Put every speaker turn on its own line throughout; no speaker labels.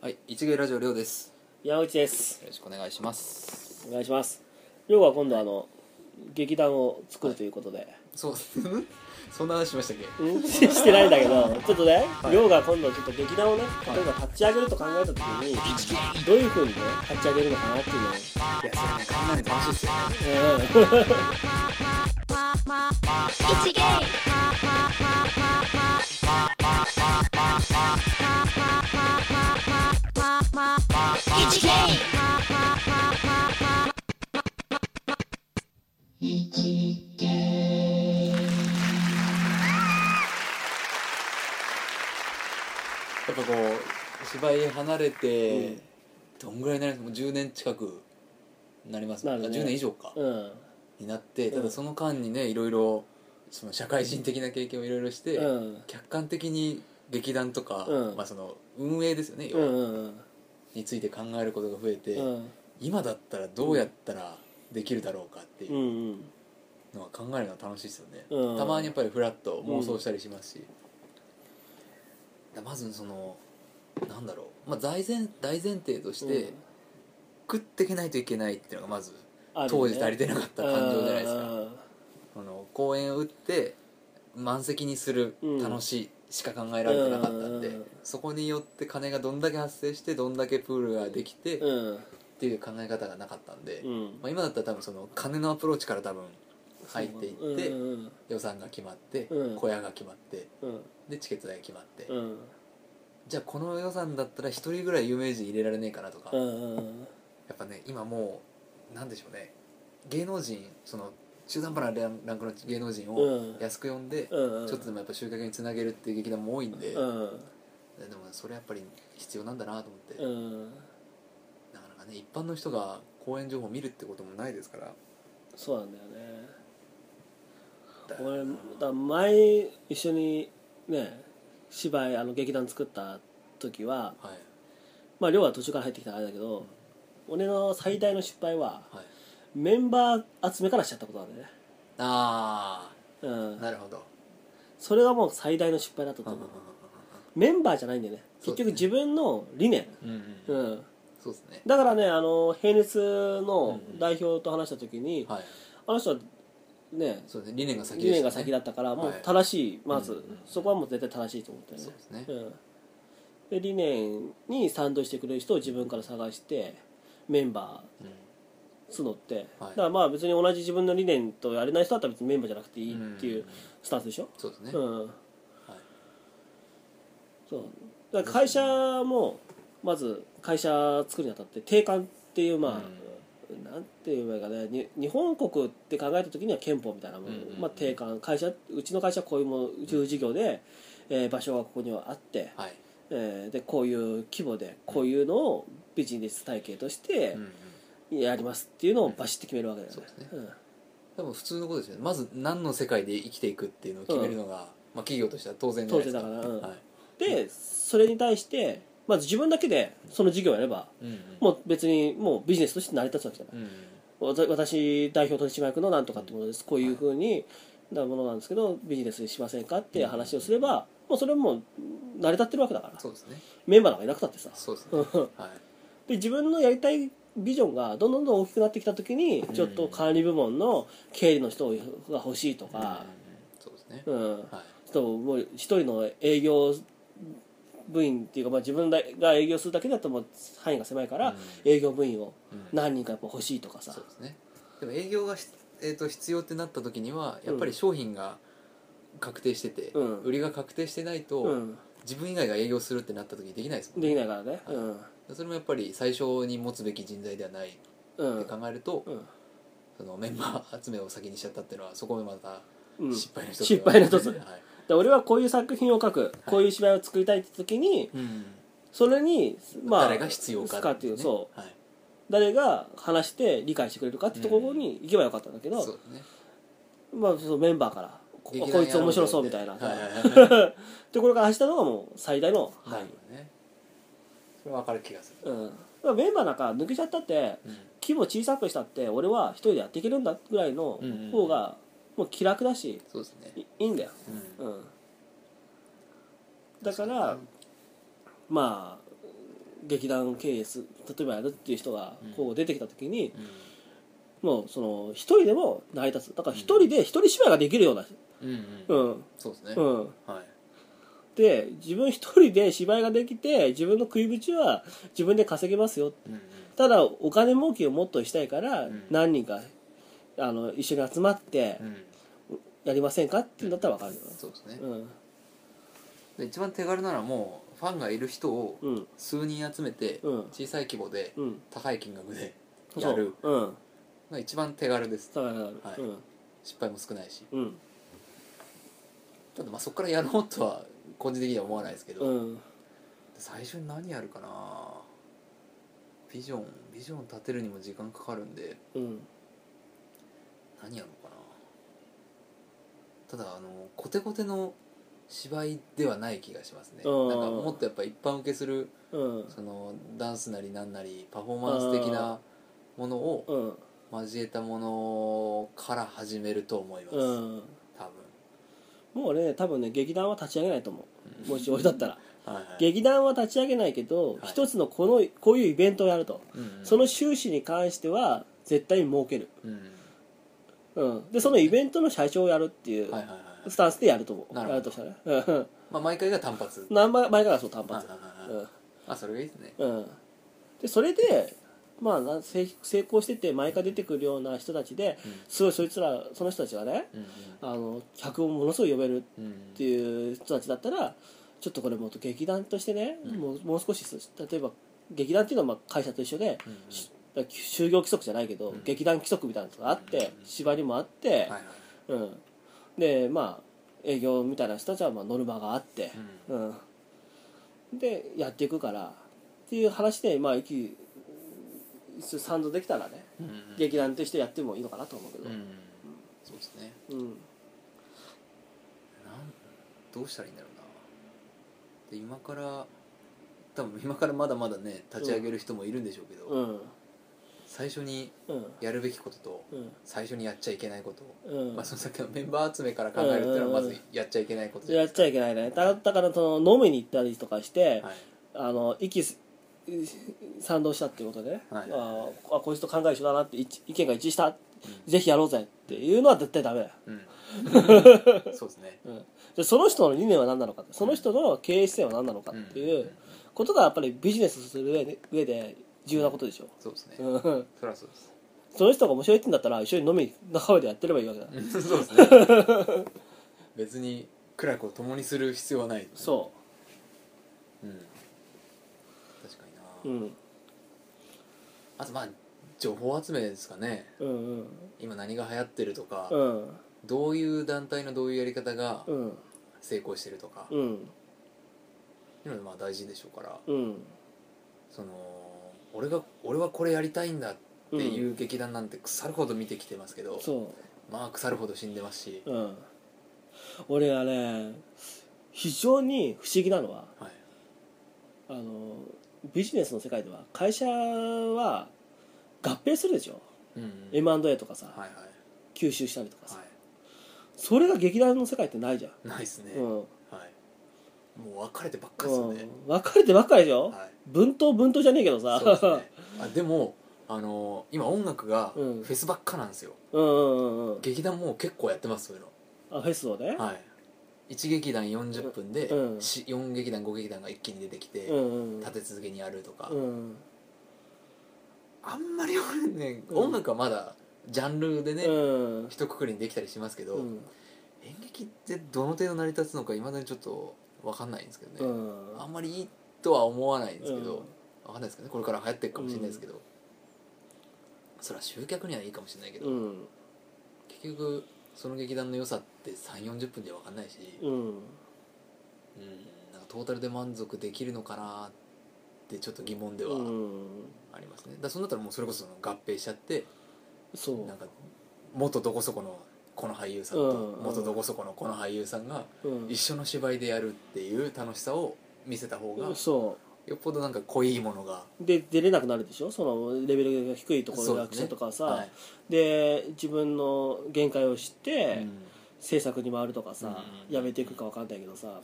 はい、一芸ラジオりょうです。
山口です
よろしくお願いします。
お願いします今日は今度あの、劇団を作るということで、
そう、 そんな話しましたっけ？
うんしてないんだけどちょっとね
はい
亮、が今度ちょっと劇団をね例えば立ち上げると考えた時に、どういうふうにね立ち上げるのかなっていうのを
いや、それね、考えるの楽しいですよ。
うん
一芸一芸
やっぱこう芝居離れて、
うん
どんぐらいになります？もう10年近くなります。
な
あ、
るね
10年以上か、
うん
になって、た
う
だ
ん
その間にね、いろいろその社会人的な経験をいろいろして、
うん
客観的に劇団とか、
うん
まあその運営ですよね、要
う
は
んうん
について考えることが増えて、
うん
今だったらどうやったらできるだろうかっていう。
うんうん
のは考えるのは楽しいですよね、
うん
たまにやっぱりフラッと妄想したりしますし、だまずそのなんだろう、まあ、大前大前提として、
うん
食っていけないといけないっていうのがまず
あるね
当時足りてなかった感情じゃないです
う
か
ん
あの公演を打って満席にする
うん
楽しいしか考えられてなかったんで、
うん
そこによって金がどんだけ発生してどんだけプールができてっ
うん
ていう考え方がなかったんで、
うん
まあ、今だったら多分その金のアプローチから多分入っていって。
うんうん
予算が決まって、
うん
小屋が決まって
うん
でチケット代が決まって、
うん
じゃあこの予算だったら一人ぐらい有名人入れられねえかなとか、
う
や
んうん
っぱね今もうなんでしょうね芸能人その中途半端なランランクの芸能人を
うん
安く呼んで、
うんうん
ちょっとでもやっぱ集客につなげるっていう劇団も多いんで、
うん
でもそれやっぱり必要なんだなと思って、
うん
なかなかね一般の人が公演情報を見るってこともないですから
そうなんだよね
だから
俺だから前一緒にね芝居あの劇団作った時は
はい
まあ亮は途中から入ってきたあれだけど、俺の最大の失敗は
はい
メンバー集めからしちゃったことなんだよね
あ
う
あ
ん
なるほど
それがもう最大の失敗だったと思うメンバーじゃないんだよね
そう
結
ですね
局自分の理念
うんうん
う
うん
ん
そうですね
だからねあの平熱の
うんうん
代表と話した時に、
はい
あの人はね
そうですね理念が先でした
理念が先だったからもう正しい、まず、
うんうん
そこはもう絶対正しいと思ったよね
そうですね、
うん、で理念に賛同してくれる人を自分から探してメンバ
うん
ー募って、
はい
だからまあ別に同じ自分の理念とやれない人だったら別にメンバーじゃなくていいっていううんスタンスでしょ、
そうですね、
う
はい、
んそうだから会社もまず会社作るにあたって定款っていうまあ、なんて言えばいいかねに日本国って考えた時には憲法みたいなもの、
うんうんうん
まあ、定款会社うちの会社はこういうもの宇宙事業で、えー場所がここにはあって、
はい
えーでこういう規模でこういうのをビジネス体系として
うんうん、
やりますっていうのをバシッて決めるわけだよ
そう
ね
ですね多分普通のことですよねまず何の世界で生きていくっていうのを決めるのが、まあ、企業としては当然じゃないですか
当然だからうん
はい
うんでそれに対してまず自分だけでその事業をやれば
うんうん
もう別にもうビジネスとして成り立つわけじゃない
うんうん
わた私代表取締役のなんとかってものですこういうふうになものなんですけどビジネスにしませんかって話をすればもうそれもう成り立ってるわけだから
そうですね
メンバーなんかいなくたってさ
そうですねはい
で自分のやりたいビジョンがどんどんどんどん大きくなってきた時にちょっと管理部門の経理の人が欲しいとか
うん、うんそうですね、
うん、
はい
ちょっともう一人の営業部員っていうか、まあ、自分が営業するだけだともう範囲が狭いから、
うん
営業部員を
うん
何人かやっぱ欲しいとかさ
そうですねでも営業がし、えー、と必要ってなった時にはやっぱり商品が確定してて、
うん
売りが確定してないと、
うん、
自分以外が営業するってなった時にできないですもん
でき
ね
ないからね、うん
それもやっぱり最初に持つべき人材ではない
うん
って考えると、
うん
そのメンバー集めを先にしちゃったっていうのはそこもまた
うん、
失敗の一つ、
失敗の一つ
はい、
で俺はこういう作品を書く、こういう芝居を作りたいって時に
うん
それに、まあ、
誰が必要か
かっていう
ね
そう
はい、
誰が話して理解してくれるかってところに行けばよかったんだけど、
そうね
まあ、そうメンバーからこ
劇団
こいつ面白そう
や
み
ろ
たいな、
みたいなはいはいは
ところから走ったのがもう最大の
いなるほどねそれは分かる気がする、
うん、だからメンバーなんか抜けちゃったって規模小さくしたって俺は一人でやっていけるんだぐらいの
うんうん
方がもう気楽だし
そうですね
いいいんだよ、
うん
うん、だからまあ劇団経営す例えばやるっていう人が
うん
こう出てきた時に、
う
もうその一人でも成り立つだから一人で一人芝居ができるような、
んうん
う
うん
ん
そうですね
うん、
はい
で自分一人で芝居ができて自分の食い口は自分で稼げますよ
うんうん
ただお金儲けをもっとしたいから、
うん
何人かあの一緒に集まって
うん
やりませんかってんだったら分かるよ
そうですね
なうん
で一番手軽ならもうファンがいる人を
うん
数人集めて
うん
小さい規模で
うん
高い金額で
そ
や
う
る
うん
のが一番手軽です
だからだから
はい
うん
失敗も少ないし
うん
ただまあそこからやろうとは個人的には思わないですけど、
うん
最初に何やるかなビジョンビジョン立てるにも時間かかるんで
うん
何やろうかなただあのコテコテの芝居ではない気がしますね
あ
なん
ー
かもっとやっぱ一般受けする
うん
そのダンスなりなんなりパフォーマンス的なものを
うん
交えたものから始めると思います、
うん
多分、
もうね多分ね劇団は立ち上げないと思
うん
うもし俺だったら
はいはい
劇団は立ち上げないけ
は
ど、
い
一つのこのこういうイベントをやると、
うんうん
その収支に関しては絶対に儲ける、
うん
うん、でそのイベントの社長をやるっていう
はいはいはい
スタンスでやると思う、
なる
や
ほど
るとしたらねうん
まあ毎回が単発
何倍前からそう単
はいは
発
いは
う
いはい
ん
あそれがいいですね
うんでそれでまあな成成功してて毎回出てくるような人たちで
うん
すごいそいつらその人たちがね
うん
あの客をものすごい呼べる
うんうん
っていう人たちだったらちょっとこれもっと劇団としてね、
うん
もうもう少し例えば劇団っていうのはまあ会社と一緒で、
うんうん
し就業規則じゃないけど、
うん
劇団規則みたいなのがあって、
うん
縛りもあって、
はいはい
うん、でまあ営業みたいな人たちはまあノルマがあって、うんでやっていくからっていう話でまあ一一賛同できたらね、
うんうん
劇団としてやってもいいのかなと思うけ
う
ど、
んそうですね
うん
なんどうしたらいいんだろうなで今から多分今からまだまだね立ち上げる人もいるんでしょうけど、
うん
最初に
うん
やるべきことと
うん
最初にやっちゃいけないことを、
うん
まあ、その先のメンバー集めから考えるっていうのはまずやっちゃいけないことじゃな
や
い
っちゃいけないねだだからその飲みに行ったりとかして、
はい
あの息す賛同したっていうことでね、
はい
ああこいつと考え一緒だなって一意見が一致した、
う
ぜひやろうぜっていうのは絶対ダメだよ、
うんそうですね
うん、でその人の理念は何なのかその人の経営姿勢は何なのかってい
ん
うことがやっぱりビジネスする上で上で重要なことでしょ、
そうですね
うん、
そりゃそうです
その人が面白いって言うんだったら一緒に飲み仲間でやってればいいわけだ、
そうですね別に苦楽を共にする必要はない
そ
うん確かにな、
う、うん、
あとまあ情報集めですかね
うんうん
今何が流行ってるとか、
うん
どういう団体のどういうやり方が
うん
成功してるとか、
うん
いうのがまあ大事でしょうから
うん
その俺が俺はこれやりたいんだっていう劇団なんて腐るほど見てきてますけど、
そ
まあ腐るほど死んでますし、
う、うん、俺はね非常に不思議なのは
はい、
あのビジネスの世界では会社は合併するでしょ、
うんうん、
M&A とかさ、
はいはい
吸収したりとかさ、
は
それが劇団の世界ってないじゃん、
いないっすね、
うん
はいもう別れてばっかりですよね、
うん分かれてばっかりでしょ、
はい
分党分党じゃねえけどさ
そうですねあでもあの今音楽がフ
うん
ェスばっかなんですよ、
うんうんうんうん
劇団もう結構やってますそういうの
あフェスをね、
はい、1劇団40分で、
うん
し4劇団5劇団が一気に出てきて、
うんうん
立て続けにやるとか、
うん
あんまり俺ね、
うん
音楽はまだジャンルでね、
うん
一括りにできたりしますけど、
うん
演劇ってどの程度成り立つのかいまだにちょっと分かんないんですけど
う
ね、
ん
あんまりいいとは思わないんですけ
う
ど
ん、
分かんないですけどねこれから流行っていくかもしれないですけど、それは集客にはいいかもしれないけど、
うん
結局その劇団の良さって3 4 0分じゃ分かんないし、
うん
うんなんかトータルで満足できるのかなってちょっと疑問では
うん
ありますね、だからそうなったらもうそれこそその合併しちゃって
そう
なんか元どこそこのこの俳優さんと
うん
元どこそこのこの俳優さんが
うん
一緒の芝居でやるっていう楽しさを見せた方が
そ
よっぽどなんか濃いものが
うで出れなくなるでしょそのレベルが低いところの
そうで
役
すね
者とかさ
はい
で自分の限界を知っ
う
て
ん
制作に回るとかさ、
うん
やめていくか分かんないけどさ
はい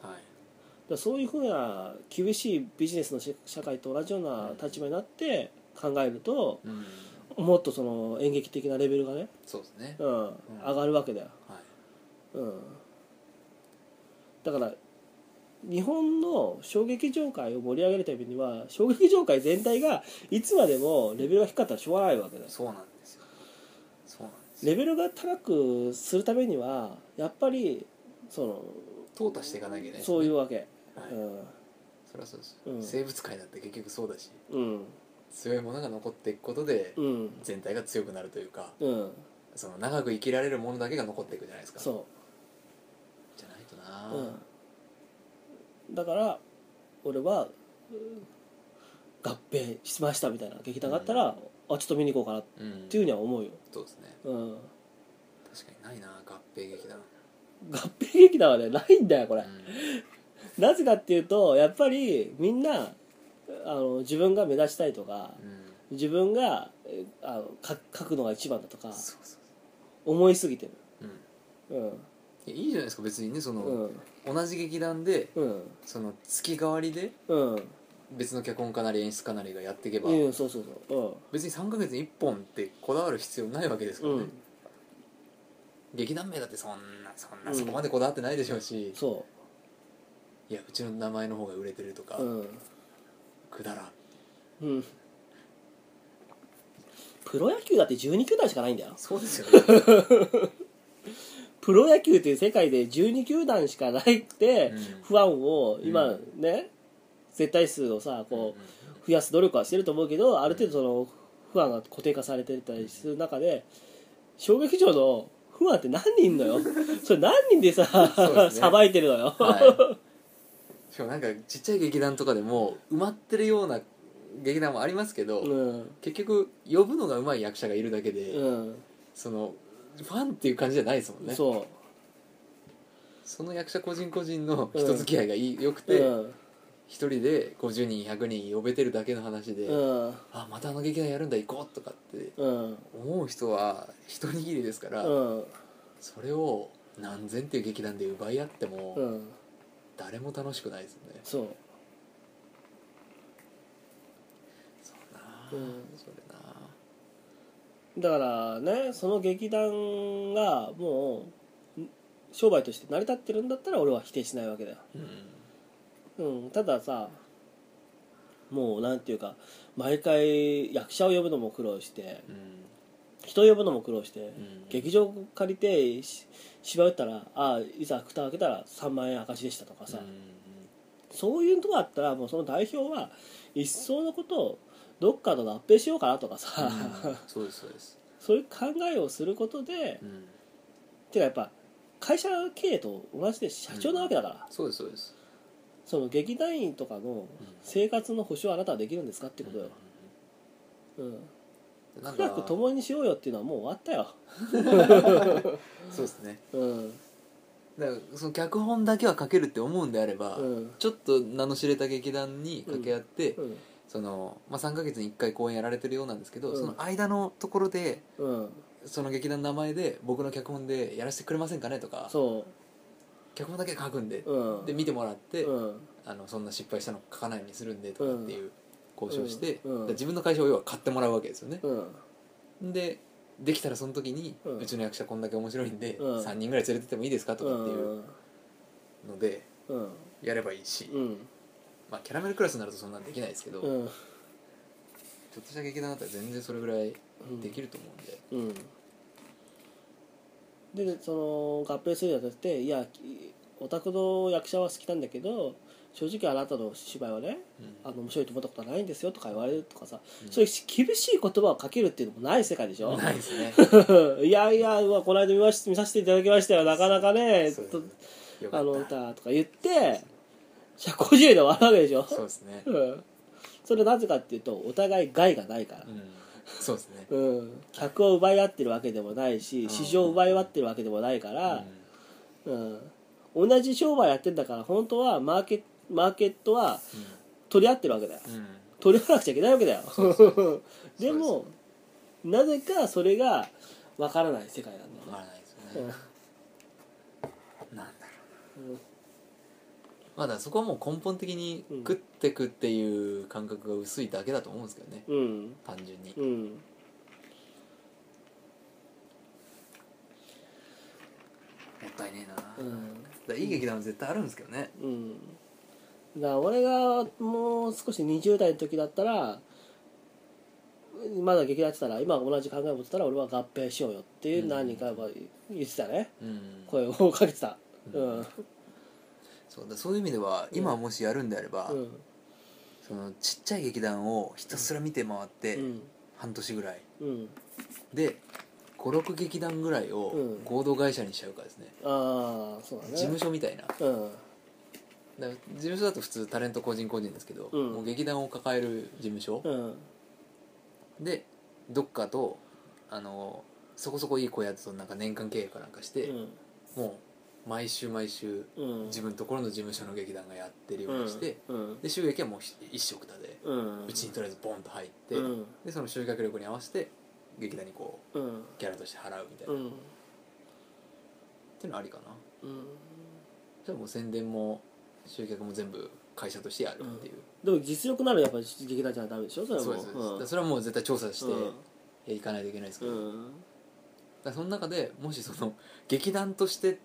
らそういうふうな厳しいビジネスのし社会と同じような立場になって考えると
うん
もっとその演劇的なレベルがね、
そうですね
うん上がるわけだよ、
はい
うん、だから日本の小劇場界を盛り上げるためには小劇場界全体がいつまでもレベルが低かったらしょうがないわけだよ
そうなんですよそうなんですよ
レベルが高くするためにはやっぱりその
淘汰していかなきゃいけないですね
そういうわけ、
はいそりゃそうですよ、
うん
生物界だって結局そうだし
うん
強いものが残っていくことで
うんうん
全体が強くなるというか
うん
その長く生きられるものだけが残っていくじゃないですか
そ
じゃないと
う、
な、
うん、だから俺はうん合併しましたみたいな劇団があったら、
うん
あちょっと見に行こうかなっ
うん
ていうふうには思うよ、
そうですね
うん、
確かにないな合併劇団、
合併劇団はねないんだよこれ、
うん
なぜかっていうとやっぱりみんなあの自分が目立ちたいとか自分がえあのか書くのが一番だと
う
か
ん、そうそう
思いすぎて
そう、うん
るうん
いやいいじゃないですか別にねその、
うん
同じ劇団で
うん
その月替わりで
うん
別の脚本家なり演出家なりがやっていけば、
うんそうそうそ
別に3ヶ月に1本ってこだわる必要ないわけです
う
か
う
ら
ん、
ね、
うん、
劇団名だってそんなそん
う
なんそこまでこだわってないでしょうし、
そ
いやうちの名前の方が売れてるとか、
ううん、
くだらん
うん、プロ野球だって12球団しかないんだよ
そうですよね、
プロ野球という世界で12球団しかないって
うん
不安を
う
今
ん
ね、絶対数をさこう、
うん
増やす努力はしてると思うけどある程度その不安が固定化されてたりする中で小劇場の不安って何人いんの よそれ何人でさ
うですね
さば、いてるのよ、
はい、しかもなんかちっちゃい劇団とかでも埋まってるような劇団もありますけど、
うん
結局呼ぶのが上手い役者がいるだけで、
うん、
そのファンっていう感じじゃないですもんね
そ
その役者個人個人の人付き合いがいい、よく
う
て、
うん
一人で50人100人呼べてるだけの話で、
うん
あまたあの劇団やるんだ行こうとかって
うん
思う人は一握りですから、
うん
それを何千っていう劇団で奪い合っても、
うん
誰も楽しくないですよね
そう
そうなあ、
うん
それなあ
だからねその劇団がもう商売として成り立ってるんだったら俺は否定しないわけだよ
うん
うん、たださもうなんていうか毎回役者を呼ぶのも苦労して
うん
人を呼ぶのも苦労して、
ん
劇場借りてし芝居打ったらああいざ蓋開けたら3万円赤字でしたとかさ、
う
そういうとこあったらもうその代表は一層のことをどっかと合併しようかなとかさ、
んうん、そうですそうです、
そういう考えをすることで、
うん、
てかやっぱ会社経営と同じで社長なわけだから、
そうですそうです
その劇団員とかの生活の保障はあなたはできるんですかってことよ、うん、
うんなん
苦楽
か
共にしようよっていうのはもう終わったよ
そうですね
うん
だからその脚本だけは書けるって思うんであれば、
うん
ちょっと名の知れた劇団に掛け合って、
うん
そのまあ、3ヶ月に1回公演やられてるようなんですけど、
うん
その間のところで
うん
その劇団の名前で僕の脚本でやらせてくれませんかねとか
そ
脚本だけ書くんで、
ううん
で見てもらって、
うん
あのそんな失敗したの書かないようにするんでとかっていう交渉して、
うんうん
だから自分の会社を要は買ってもらうわけですよね、
うん
でできたらその時に、う
うん
ちの役者こんだけ面白いんで、
うん
3人ぐらい連れてってもいいですかとかっていうので
うん
やればいいし、
うん
まあ、キャラメルクラスになるとそんなんできないですけど、
う
ちょ
ん
っとした劇団だったら全然それぐらい
うん
できると思うんで。
うんでその合併するにあたっていやお宅の役者は好きなんだけど正直あなたの芝居はね
うん
あの面白いと思ったことはないんですよとか言われるとかさ、
うん
そういう厳しい言葉をかけるっていうのもない世界でしょ
ないですね
いやいやうわこの間見まし見させていただきましたよなかなかね
そう
と
よ
あ
か
の
った
歌とか言って社交辞令で終わるわけでしょ
そうですね
うんそれなぜかっていうとお互い害がないから
う、んそうですね
うん客を奪い合ってるわけでもないし
ん
市場を奪い合ってるわけでもないか
う
ら、
ん
うん同じ商売やってんだから本当はマーケマーケットは取り合ってるわけだよ
うんうん
取り合わなくちゃいけないわけだよ
そうそう
で
そう
もなぜかそれがわからない世界なんだよ
わからないですよ
うん
ねなんだろうなまあだからそこはもう根本的に
うん
食ってくっていう感覚が薄いだけだと思うんですけどね
うん
単純に
うん
もったいねえな、
う
だか
ん
らいい劇団も絶対あるんですけどね
うんだから俺がもう少し20代の時だったらまだ劇団やってたら今同じ考えを持ってたら俺は合併しようよっていう何かやっぱ言ってたね、
うん
声をかけてたうんうん
そうだそういう意味では今もしやるんであれば、
うん
そのちっちゃい劇団をひたすら見て回って、半年ぐらい
うん
で56劇団ぐらいを
うん
合同会社にしちゃうかですね、
ああそうだね
事務所みたいなだか
うん
ら事務所だと普通タレント個人個人ですけど、
うん
もう劇団を抱える事務所、
うん
でどっかとあのそこそこいい子やつとなんか年間契約なんかして、もう毎週毎週
うん
自分のところの事務所の劇団がやってるようにして、
うん
で収益はもうひ一色だで
うん
うちにとりあえずボンと入って、
うん
でその集客力に合わせて劇団にこ
うん
うギャラとして払うみたいな、
う
っ
ん
ていうのありかな
うん
じゃあもう宣伝も集客も全部会社としてやるっていう、
でも実力のあるやっぱり劇団じゃダメでしょそれは
そ
も
う
う
ですそうです、だからそれはもう絶対調査していかないといけないですけ
う
ど、
ん
だか
うん
らその中でもしその劇団として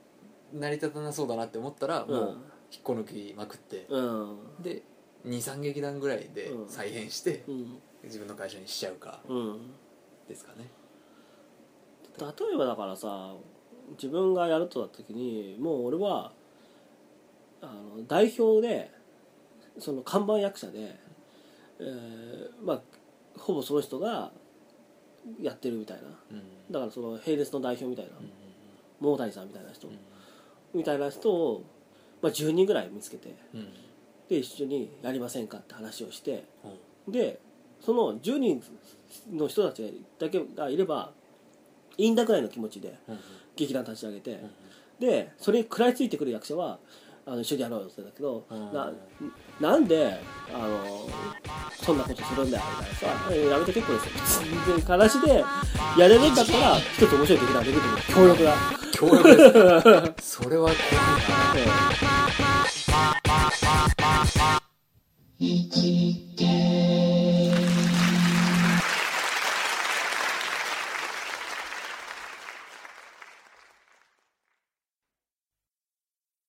成り立たなそうだなって思ったら、もう引っこ抜きまくって、
うん
で23劇団ぐらいで
うん
再編して
うん
自分の会社にしちゃうか
うん
ですかね、
例えばだからさ自分がやるとなった時にもう俺はあの代表でその看板役者で、えーまあほぼその人がやってるみたいな
うん
だからその並列の代表みたいな
うん
桃谷さんみたいな人、
う
みたいな人を、まあ、10人ぐらい見つけて
んうんうん
で一緒にやりませんかって話をして
うん
でその10人の人たちだけがいればいいんだぐらいの気持ちで
うん
劇団立ち上げて、
うん
でそれに食らいついてくる役者はあの一緒にやろうよって言うんだけど、
うん
ななんであのそんなことするんだよみたいなさえやめて結構ですよ全然話でやれるんだったら一つ面白い劇団できる強力な、
強力ですそれは怖いな
ええ
一